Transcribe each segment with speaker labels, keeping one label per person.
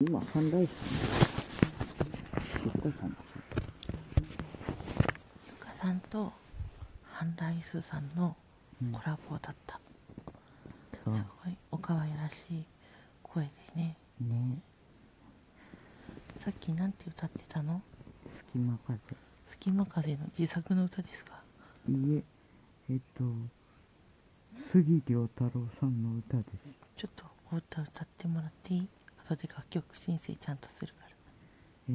Speaker 1: 今三大師さんさん
Speaker 2: ゆかさんとハンライスさんの
Speaker 1: うん
Speaker 2: コラボだった、
Speaker 1: そう
Speaker 2: すごいおかわいらしい声でね
Speaker 1: ね
Speaker 2: さっきなんて歌ってたの
Speaker 1: 隙間風
Speaker 2: 「隙間風」の自作の歌ですか
Speaker 1: いええっと杉良太郎さんの歌です
Speaker 2: ちょっとお歌歌ってもらっていい後で楽曲申請ちゃんとするから
Speaker 1: え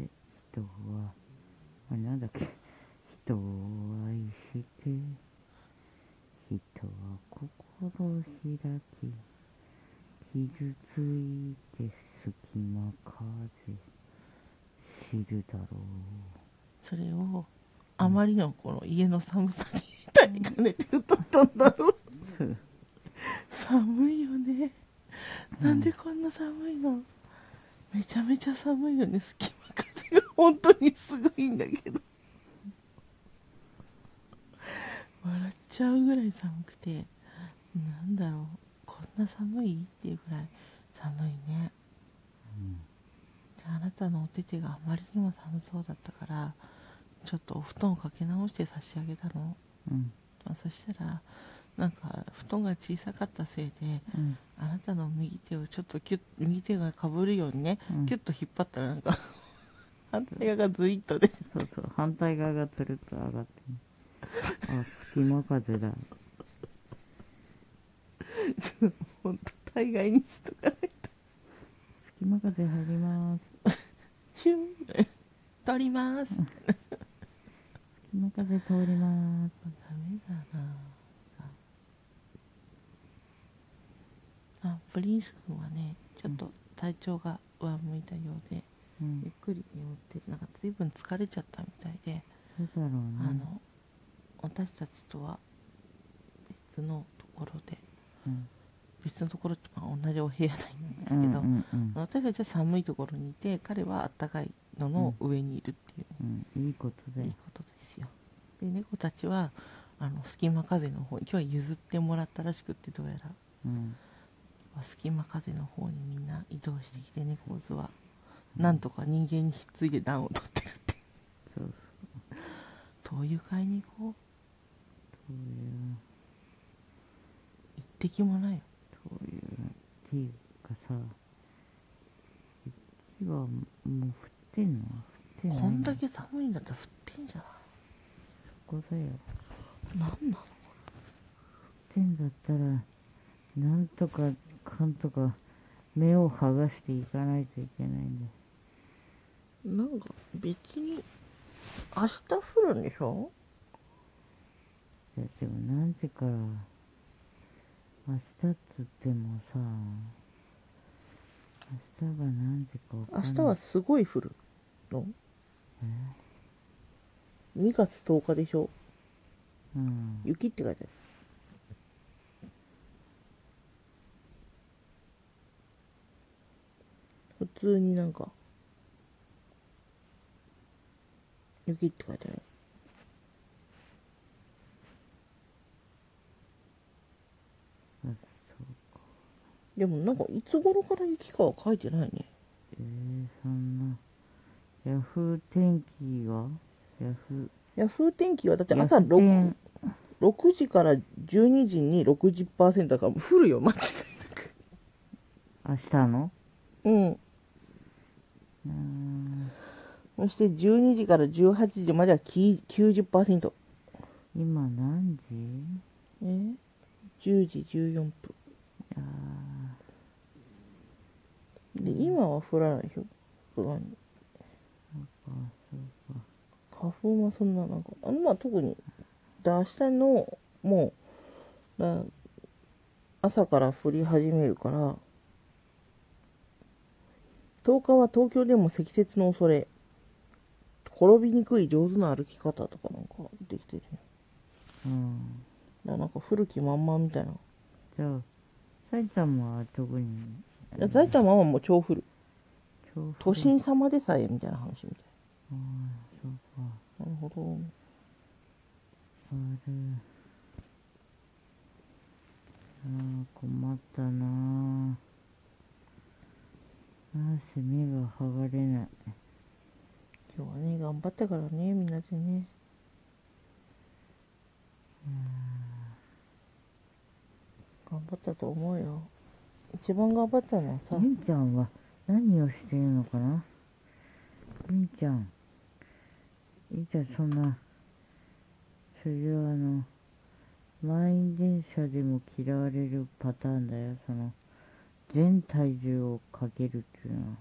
Speaker 1: で人はあなんだっけ人を愛して人は心を開き傷ついて隙間風知るだろう
Speaker 2: それをあまりのこの家の寒さに耐えかねて歌ったんだろう寒いよねなんでこんな寒いのめちゃめちゃ寒いよね隙間風が本当にすごいんだけど笑っちゃうぐらい寒くてなんだろうこんな寒いっていうぐらい寒いね
Speaker 1: うん
Speaker 2: あなたのお手手があまりにも寒そうだったからちょっとお布団をかけ直して差し上げたの
Speaker 1: うん
Speaker 2: そしたらなんか布団が小さかったせいで
Speaker 1: うん
Speaker 2: あなたの右手をちょっとキュッ右手がかぶるようにね、
Speaker 1: うん
Speaker 2: キュッと引っ張ったらなん か反対側がズイッとで
Speaker 1: そうそう反対側がつるっと上がってるあ隙間風だ
Speaker 2: 本当大概にしとかないと
Speaker 1: 隙間風入ります
Speaker 2: シュンって取りますダ
Speaker 1: 隙間風通ります
Speaker 2: メだなあプリンス君はねちょっと体調が上向いたようで
Speaker 1: う
Speaker 2: ゆっ
Speaker 1: ん
Speaker 2: くり眠ってなんか随分疲れちゃったみたいで、
Speaker 1: そうだろうね
Speaker 2: あの私たちとは別のところで
Speaker 1: うん
Speaker 2: 別のところってまあ同じお部屋内なんですけ
Speaker 1: う
Speaker 2: ど、
Speaker 1: んうんうん
Speaker 2: 私たちは寒いところにいて彼はあったかいのの上にいるっていう、
Speaker 1: うん、いいことだ
Speaker 2: い
Speaker 1: よ
Speaker 2: いことですよで猫たちはあの隙間風の方に今日は譲ってもらったらしくってどうやら
Speaker 1: うん
Speaker 2: 隙間風の方にみんな移動してきて猫図はなんとか人間にひっついて暖を取ってるって
Speaker 1: そう
Speaker 2: どういう会に行こう
Speaker 1: そういう
Speaker 2: 一滴もないよ
Speaker 1: そういうっていうかさ雪はもう降ってんの降ってない
Speaker 2: こんだけ寒いんだったら降ってんじゃ
Speaker 1: そこだよ
Speaker 2: ないなんなの
Speaker 1: 降ってんだったらなんとかかんとか目を剥がしていかないといけないんだよ
Speaker 2: なんか別に明日降るんでしょ
Speaker 1: いやでも何時から明日っつってもさ明日が何時かわか
Speaker 2: 明
Speaker 1: んない
Speaker 2: 日はすごい降るの2月10日でしょ
Speaker 1: うん
Speaker 2: 雪って書いてある普通になんか雪って書いてある
Speaker 1: あそう
Speaker 2: でもなんかいつ頃から雪かは書いてないね
Speaker 1: えー、そんな、ヤフー天気はヤフ
Speaker 2: ヤフー天気はだって
Speaker 1: ー。
Speaker 2: 朝
Speaker 1: ヤフ天
Speaker 2: 6 6時から12時に60%だから降るよ間違い
Speaker 1: 明日の
Speaker 2: なくうん
Speaker 1: うーん、
Speaker 2: そして12時から18時まではき90%
Speaker 1: 今何時
Speaker 2: えー10時14分
Speaker 1: あ
Speaker 2: で今は降らないでしょさすが
Speaker 1: ー
Speaker 2: に
Speaker 1: あ、そうか。
Speaker 2: 花粉はそんななんかあまあ特にだ明日のもうだ朝から降り始めるから10日は東京でも積雪の恐れ転びにくい上手な歩き方とかなんかできてるね
Speaker 1: うん。
Speaker 2: だからなんか降る気満々みたいな
Speaker 1: じゃあ、埼玉は特に、
Speaker 2: いや埼玉はもう超降る
Speaker 1: 調布
Speaker 2: 都心様でさえみたいな話みたい
Speaker 1: うん、そうか。
Speaker 2: ななるほど
Speaker 1: あれ。あー困ったなぁ。あー目が剥がれない
Speaker 2: 今日はね頑張ったからねみんなでね頑張ったと思うよ一番頑張ったのはさ
Speaker 1: ゆんちゃんは何をしているのかなゆんちゃんゆんちゃんそんなそれはあの満員電車でも嫌われるパターンだよその全体重をかけるっていうのは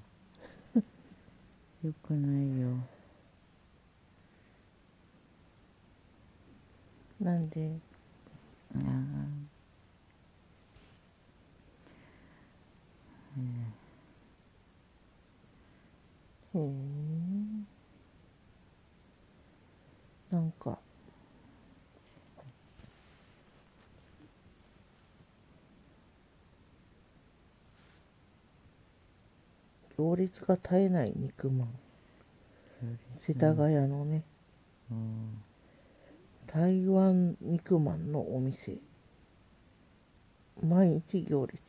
Speaker 1: よくないよ
Speaker 2: なんで
Speaker 1: あー
Speaker 2: へえなんか行列が絶えない肉まん世田谷のね、
Speaker 1: うん
Speaker 2: 台湾肉まんのお店毎日行列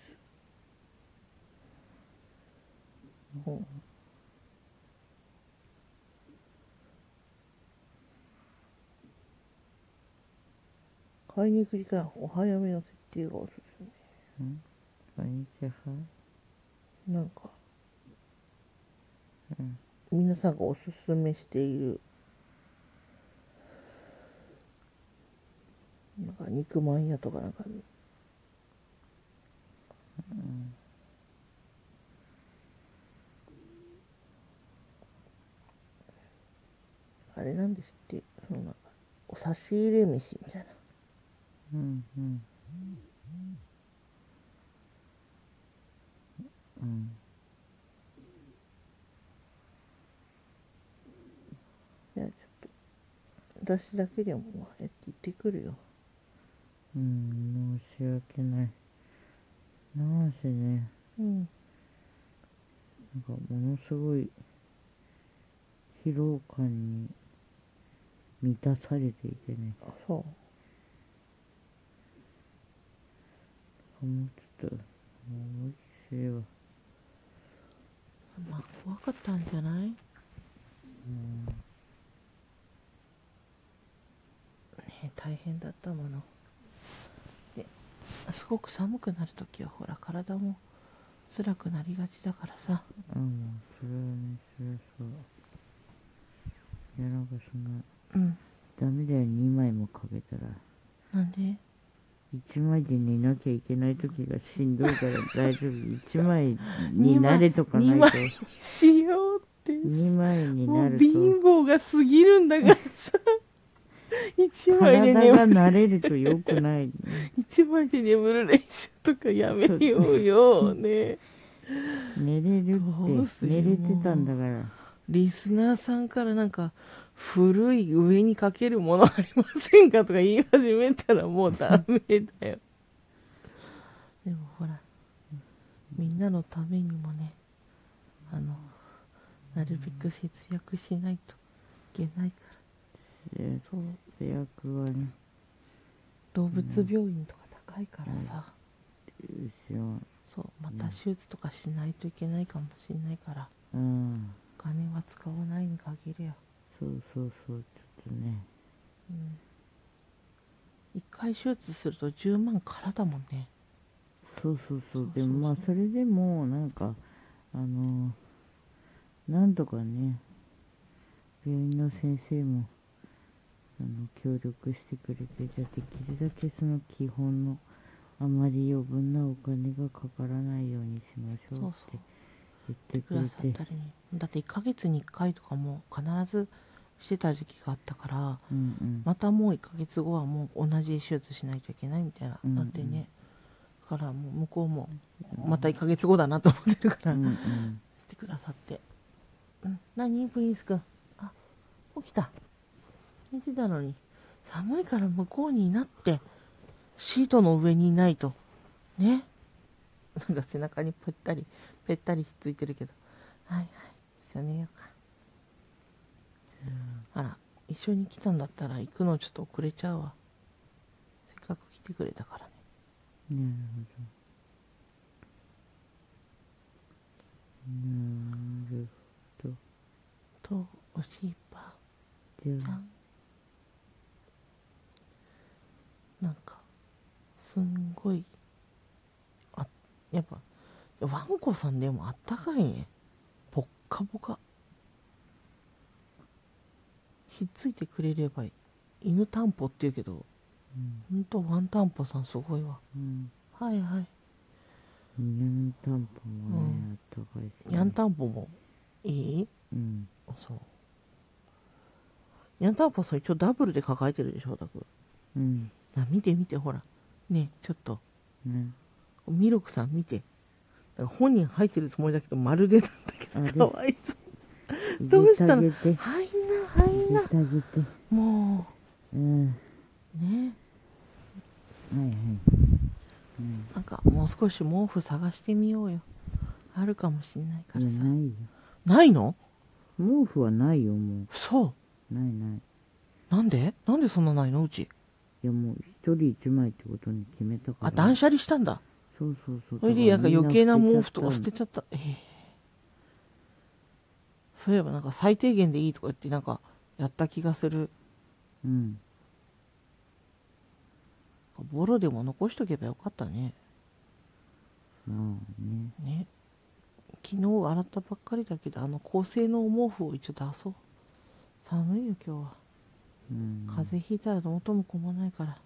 Speaker 2: うん買いに行く時間お早めの設定がおすす
Speaker 1: こんにちは
Speaker 2: めなんか、
Speaker 1: うん
Speaker 2: 皆さんがおすすめしているなんか肉まん屋とかなんかあれなんですってそのなんかお差し入れ飯みたいな
Speaker 1: うんうんうん
Speaker 2: いやちょっと私だけでもまあやって行ってくるよ
Speaker 1: うん、申し訳ない。なんせね、
Speaker 2: うん
Speaker 1: なんかものすごい疲労感に満たされていてね、
Speaker 2: あそ
Speaker 1: もうちょっと、もう一いは、
Speaker 2: うまあ怖かったんじゃな
Speaker 1: う
Speaker 2: い
Speaker 1: ん、
Speaker 2: ね大変だったものですごく寒くなるときはほら体も辛くなりがちだからさ
Speaker 1: あ、もう、それはね、それはそう。いや、なんかそんな、
Speaker 2: うん
Speaker 1: ダメだよ、2枚もかけたら。
Speaker 2: なんで
Speaker 1: 1枚で寝なきゃいけない時がしんどいから大丈夫。1枚になれとかないと。
Speaker 2: 2枚しようって
Speaker 1: 2枚に
Speaker 2: も
Speaker 1: な
Speaker 2: う
Speaker 1: る
Speaker 2: 貧乏が過ぎるんだからさ 一
Speaker 1: と
Speaker 2: 枚
Speaker 1: 体
Speaker 2: で
Speaker 1: が
Speaker 2: 眠る
Speaker 1: 慣れると良くない、ね、
Speaker 2: 一枚で眠る練習とかやめようよね
Speaker 1: 寝れる
Speaker 2: どう
Speaker 1: っ
Speaker 2: す
Speaker 1: て
Speaker 2: る
Speaker 1: 寝れてたんだから
Speaker 2: リスナーさんからなんか古い上にかけるものありませんかとか言い始めたらもうダメだよ でもほらみんなのためにもねあのなるべく節約しないといけないから
Speaker 1: で
Speaker 2: そう
Speaker 1: 節約はね
Speaker 2: 動物病院とか高いからさ、
Speaker 1: うちは
Speaker 2: そうまた手術とかしないといけないかもしれないから
Speaker 1: うん
Speaker 2: お金は使わないに限るよ、
Speaker 1: そうそうそうちょっとね
Speaker 2: うん、1回手術すると10万からだもんね
Speaker 1: そうそうそ
Speaker 2: そうう
Speaker 1: でもまあ
Speaker 2: そう
Speaker 1: それでもなんかあのなんとかね病院の先生もあの協力してくれてじゃあできるだけその基本のあまり余分なお金がかからないようにしましょう
Speaker 2: そう
Speaker 1: っ
Speaker 2: そ
Speaker 1: て
Speaker 2: う
Speaker 1: 言って
Speaker 2: くだ
Speaker 1: く
Speaker 2: さ
Speaker 1: れ
Speaker 2: ってたりにだって1ヶ月に1回とかも必ずしてた時期があったから
Speaker 1: うんうん
Speaker 2: またもう1ヶ月後はもう同じ手術しないといけないみたいな
Speaker 1: うんうん
Speaker 2: なってね、だからもう向こうもまた1ヶ月後だなと思ってるから、
Speaker 1: うんう
Speaker 2: 来
Speaker 1: ん
Speaker 2: てくださって、うん、何プリンス君あ起きた寝てたのに寒いから向こうにいなってシートの上にいないとね なんか背中にぺったりぺったりひっついてるけどはいはい一緒に寝ようか、あら一緒に来たんだったら行くのちょっと遅れちゃうわせっかく来てくれたからね
Speaker 1: なるほどうなるほど。
Speaker 2: とおしば
Speaker 1: で
Speaker 2: ちゃ
Speaker 1: は、
Speaker 2: んなんかすんごいあやっぱワンコさんでもあったかいねぽっかぽかひっついてくれればいい犬タンポって言うけど
Speaker 1: うん、
Speaker 2: ほんとワンタンポさんすごいわ
Speaker 1: うん。
Speaker 2: はいはい
Speaker 1: ニャンタンポもね、あったかいし、ね。
Speaker 2: ニャンタンポもいい
Speaker 1: うん。
Speaker 2: そうニャンタンポさん一応ダブルで抱えてるでしょだく
Speaker 1: うん。
Speaker 2: な見て見てほらねえちょっと
Speaker 1: ね。
Speaker 2: ミルクさん見てだから本人入ってるつもりだけどまるでなん
Speaker 1: あ
Speaker 2: だ
Speaker 1: れ
Speaker 2: けどかわいそうどうしたの
Speaker 1: 入れてあげて。
Speaker 2: 入んな入ん
Speaker 1: 入
Speaker 2: な
Speaker 1: れてあげて。
Speaker 2: も
Speaker 1: うん。は
Speaker 2: うね
Speaker 1: いはい。
Speaker 2: えなんかもう少し毛布探してみようよあるかもしんないか
Speaker 1: う
Speaker 2: らさ
Speaker 1: ん。いや、ないよ。
Speaker 2: ないの
Speaker 1: 毛布はないよ、も
Speaker 2: そ
Speaker 1: う。
Speaker 2: う
Speaker 1: ないない。
Speaker 2: うなんでなんでそんなないのうち
Speaker 1: いや、もう一人一枚ってことに決めたから。
Speaker 2: あ断捨離したんだ
Speaker 1: そうそうそう。
Speaker 2: それでなんか余計な毛布とか
Speaker 1: だ
Speaker 2: 捨て
Speaker 1: ら
Speaker 2: ちゃったええそういえばなんか最低限でいいとか言ってなんかやった気がす
Speaker 1: みんな
Speaker 2: る
Speaker 1: 捨てちゃったのうん。
Speaker 2: ボロでも残しとけばよかったね
Speaker 1: まあね。
Speaker 2: ね昨日洗ったばっかりだけどあの高性能毛布を一応出そう寒いよ今日は
Speaker 1: うん。
Speaker 2: 風邪ひいたら元も子もないから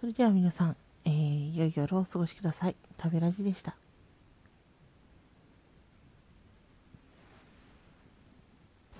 Speaker 2: それでは皆さん、えー、いよいよ夜をお過ごしください食べラジでした